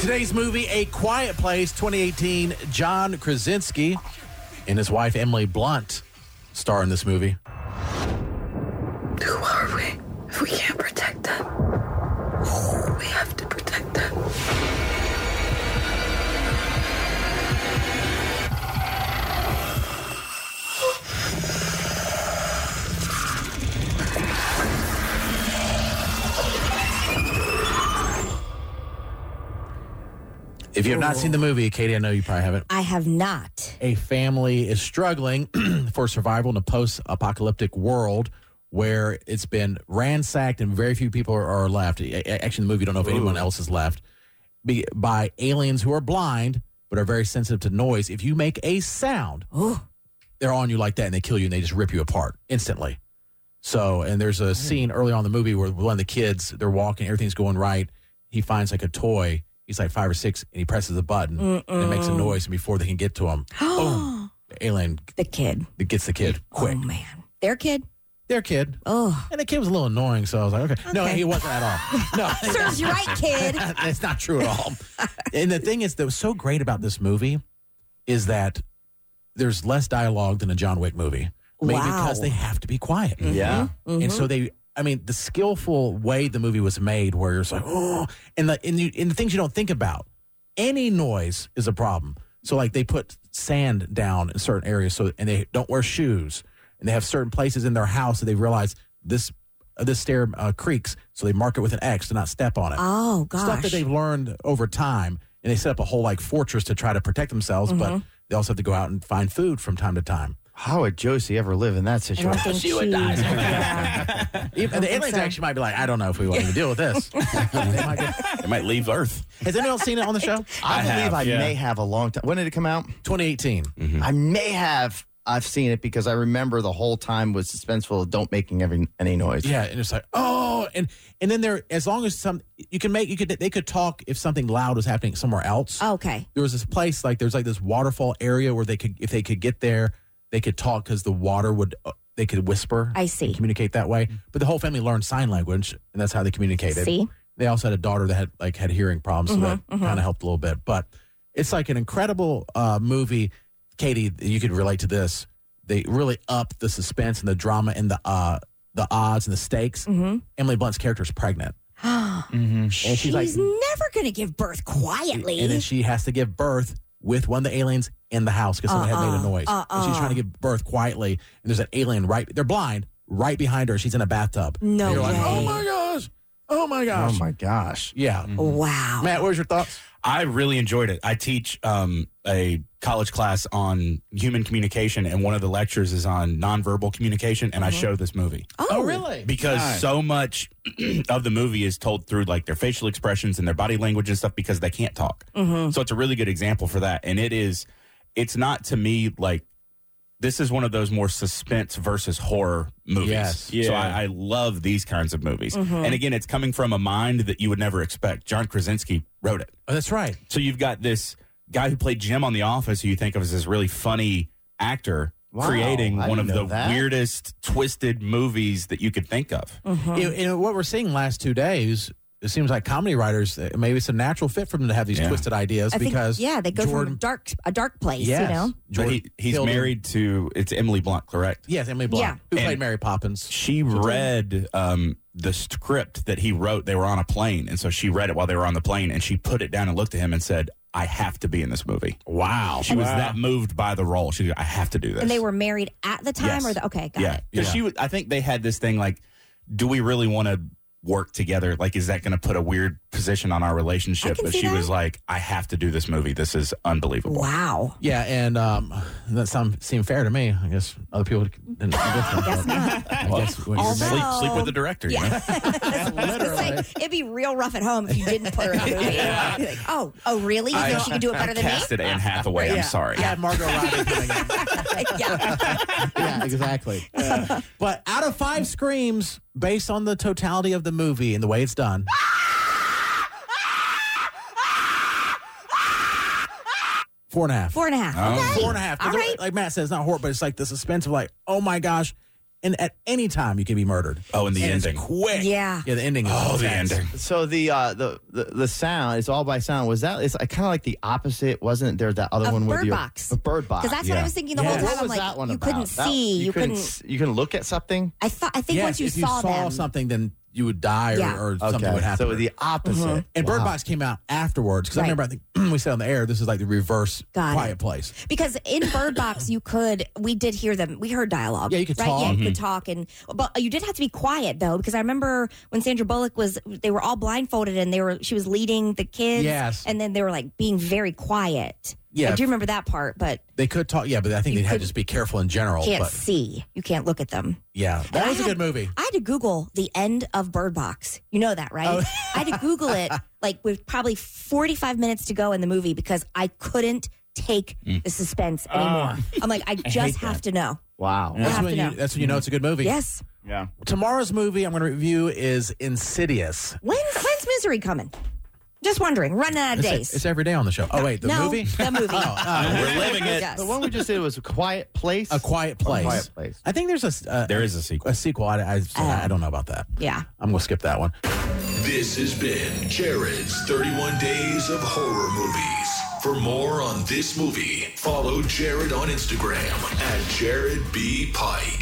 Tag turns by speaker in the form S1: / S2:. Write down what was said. S1: Today's movie, A Quiet Place, 2018, John Krasinski and his wife Emily Blunt star in this movie.
S2: Who are we if we can't protect them? We have to protect them.
S1: If you have not seen the movie, Katie, I know you probably haven't.
S3: I have not.
S1: a family is struggling for survival in a post apocalyptic world where it's been ransacked and very few people are, are left. A- a- Actually, in the movie, you don't know if anyone else is left be, by aliens who are blind but are very sensitive to noise. If you make a sound, they're on you like that and they kill you and they just rip you apart instantly. So, and there's a scene early on in the movie where one of the kids, they're walking, everything's going right. He finds like a toy. He's like five or six and he presses a button and it makes a noise. And before they can get to him, boom, the alien
S3: The kid.
S1: that gets the kid quick.
S3: Oh man. Their kid.
S1: Their kid.
S3: Oh.
S1: And the kid was a little annoying. So I was like, okay. No,
S3: Okay.
S1: he wasn't at all. No,
S3: Serves you right, kid.
S1: that's not true at all. and the thing is, that was so great about this movie is that there's less dialogue than a John Wick movie. Maybe
S3: Wow.
S1: because they have to be quiet.
S4: Yeah.
S1: And so
S3: Mm-hmm.
S1: they, I mean, the skillful way the movie was made, where it's like, oh, and the and, you, and the things you don't think about, any noise is a problem. So like they put sand down in certain areas, so and they don't wear shoes, and they have certain places in their house that they realize this uh, this stair uh, creaks, so they mark it with an X to not step on it.
S3: Oh
S1: Stuff that
S3: gosh.
S1: they've learned over time, and they set up a whole like fortress to try to protect themselves,
S3: Mm-hmm.
S1: but they also have to go out and find food from time to time.
S4: How would Josie ever live in that
S3: I
S4: situation?
S3: don't think she would die.
S1: Even, and the aliens actually might be like, I don't know if we want to deal with this. They might go-
S5: It might leave Earth.
S1: Has anyone else seen it on the show?
S4: I,
S5: I
S4: believe
S5: have,
S4: I
S5: yeah.
S4: may have a long time. When did it come out?
S1: 2018.
S4: I may have. I've seen it because I remember the whole time was suspenseful. Don't making every any noise.
S1: Yeah, and it's like, oh, and and then there, as long as some, you can make, you could, they could talk if something loud was happening somewhere else.
S3: okay.
S1: There was this place, like there's like this waterfall area where they could, if they could get there, they could talk because the water would, uh, they could whisper.
S3: I see.
S1: and communicate that way. But the whole family learned sign language, and that's how they communicated.
S3: See?
S1: They also had a daughter that had like had hearing problems, so that
S3: Mm-hmm,
S1: kind of helped a little bit. But it's like an incredible uh, movie, Katie. You could relate to this. They really up the suspense and the drama and the uh, the odds and the stakes.
S3: Mm-hmm.
S1: Emily Blunt's character is pregnant,
S3: she's
S1: like-
S3: never gonna give birth quietly.
S1: and then she has to give birth with one of the aliens in the house because someone
S3: Uh-uh,
S1: had made a noise. And she's trying to give birth quietly, and there's an alien right. They're blind, right behind her. She's in a bathtub.
S3: no way.
S1: You're like, oh my gosh, oh my gosh,
S4: Oh my Mm. gosh.
S1: yeah.
S3: wow.
S1: Matt, what was your thoughts?
S5: I really enjoyed it. I teach um, a college class on human communication, and one of the lectures is on nonverbal communication, and I show this movie.
S3: oh,
S5: Because so much of the movie is told through like their facial expressions and their body language and stuff because they can't talk.
S3: mm-hmm,
S5: So it's a really good example for that. And it is, it's not to me like this is one of those more suspense versus horror movies.
S1: Yes.
S5: So I, I love these kinds of movies. And again, it's coming from a mind that you would never expect. John Krasinski wrote it.
S1: Oh, that's right.
S5: So you've got this guy who played Jim on The Office, who you think of as this really funny actor,
S4: Wow,
S5: creating
S4: I
S5: one of
S4: didn't know
S5: the
S4: that.
S5: weirdest, twisted movies that you could think of.
S3: mm-hmm.
S1: You,
S3: Hmm.
S1: you know, what we're seeing last two days, it seems like comedy writers, uh, maybe it's a natural fit for them to have these
S5: Yeah.
S1: twisted ideas
S3: I think
S1: because
S3: yeah, they go from
S1: Jordan,
S3: a dark a dark place,
S1: yes,
S3: you know.
S5: But
S1: Jordan
S5: he, he's
S1: Peele-
S5: married to it's Emily Blunt, correct?
S1: Yes, Emily Blunt,
S3: Yeah.
S1: who
S5: And-
S1: played Mary Poppins.
S5: She read um, the script that he wrote. They were on a plane, and so she read it while they were on the plane, and she put it down and looked at him and said, "I have to be in this movie."
S1: Wow,
S5: She was that moved by the role. She, I have to do this.
S3: And they were married at the time
S5: Yes.
S3: or the okay, got
S5: yeah,
S3: it.
S5: because
S1: Yeah.
S5: she. would- I think they had this thing like, do we really want to work together? Like, is that going to put a weird position on our
S3: I
S5: relationship?
S3: can
S5: But
S3: see
S5: she was
S3: that.
S5: like, I have to do this movie. This is unbelievable.
S3: Wow.
S1: yeah, and um, that sound seemed fair to me. I guess other people didn't. guess
S3: not.
S1: I guess when you're
S3: Although-
S1: married-
S5: Sleep, sleep with the director. you know?
S3: Literally. it'd be real rough at home if you didn't put her in the movie. You're like, oh, oh, really? You think she could do it better
S5: I
S3: than me?
S5: cast it Anne Hathaway.
S3: Yeah.
S5: I'm sorry.
S1: yeah, Margot Robbie coming in.
S3: yeah.
S4: Yeah, exactly.
S1: But out of five screams, based on the totality of the movie and the way it's done, four and a half.
S3: Four and a half.
S5: Oh.
S3: Okay.
S1: Four and a half. 'Cause
S3: All right.
S1: Like Matt says, not horror, but it's like the suspense of like, oh my gosh. and at any time you can be murdered.
S5: Oh, and the
S1: It's
S5: ending.
S1: quick.
S3: Yeah.
S1: yeah. The ending. Is
S5: Oh, the
S1: intense.
S5: ending.
S4: So the uh, the, the the sound it's all by sound. Was that? It's kind of like the opposite, wasn't there? That other
S3: Of
S4: one with
S3: Bird
S4: your
S3: Box.
S4: the bird box.
S3: Because that's what I was thinking the
S1: Yeah.
S3: whole time.
S4: Uh, What
S3: I'm
S4: was
S3: like,
S4: that one
S3: you
S4: about?
S3: couldn't
S4: That-
S3: see. you couldn't.
S4: s- You couldn't look at something.
S3: I thought. I think
S1: Yes,
S3: once you
S1: if
S3: saw
S1: you saw
S3: them,
S1: something, then you would die or,
S3: Yeah.
S1: or something would happen. Uh-huh.
S4: So the opposite.
S1: and Bird
S4: Wow.
S1: Box came out afterwards because I
S3: Right.
S1: remember I think we said on the air this is like the reverse
S3: Got it.
S1: Quiet Place.
S3: because in Bird Box you could. We did hear them. We heard dialogue.
S1: Yeah, you could
S3: right?
S1: talk.
S3: Yeah, you could talk, and but you did have to be quiet though, because I remember when Sandra Bullock was. They were all blindfolded, and they were. She was leading the kids.
S1: Yes.
S3: And then they were like being very quiet.
S1: Yeah.
S3: I do remember that part, but
S1: They could talk, yeah, but I think
S3: You
S1: they had to
S3: couldn't-
S1: just be careful in general.
S3: can't
S1: But
S3: see. You can't look at them.
S1: yeah, that
S3: I
S1: was a
S3: had-
S1: good movie.
S3: I had to Google the end of Bird Box. You know that,
S5: Oh.
S3: right? I had to Google it like with probably 45 minutes to go in the movie because I couldn't take
S5: Hmm.
S3: the suspense
S5: Ah.
S3: anymore. I'm like, I just have to know.
S4: Wow.
S1: That's
S3: have
S1: when
S3: to
S1: you
S3: know.
S1: that's when you know it's a good movie.
S3: Yes.
S5: Yeah.
S1: Tomorrow's movie I'm going to review is Insidious.
S3: When's, when's Misery coming? Just wondering. Running out of
S1: It's,
S3: days.
S1: it's every day on the show. Oh wait, the
S3: no,
S1: movie, Oh, uh,
S3: The movie.
S5: We're living it.
S3: Yes.
S4: The one we just did was a quiet place.
S1: A Quiet Place.
S4: Quiet Place.
S1: I think there's a s- uh,
S5: There is a sequel.
S1: a sequel. I, I,
S3: Oh.
S1: I don't know about that.
S3: yeah.
S1: I'm going to skip that one.
S6: This has been Jared's 31 Days of Horror Movies. For more on this movie, follow Jared on Instagram at Jared B. Pike.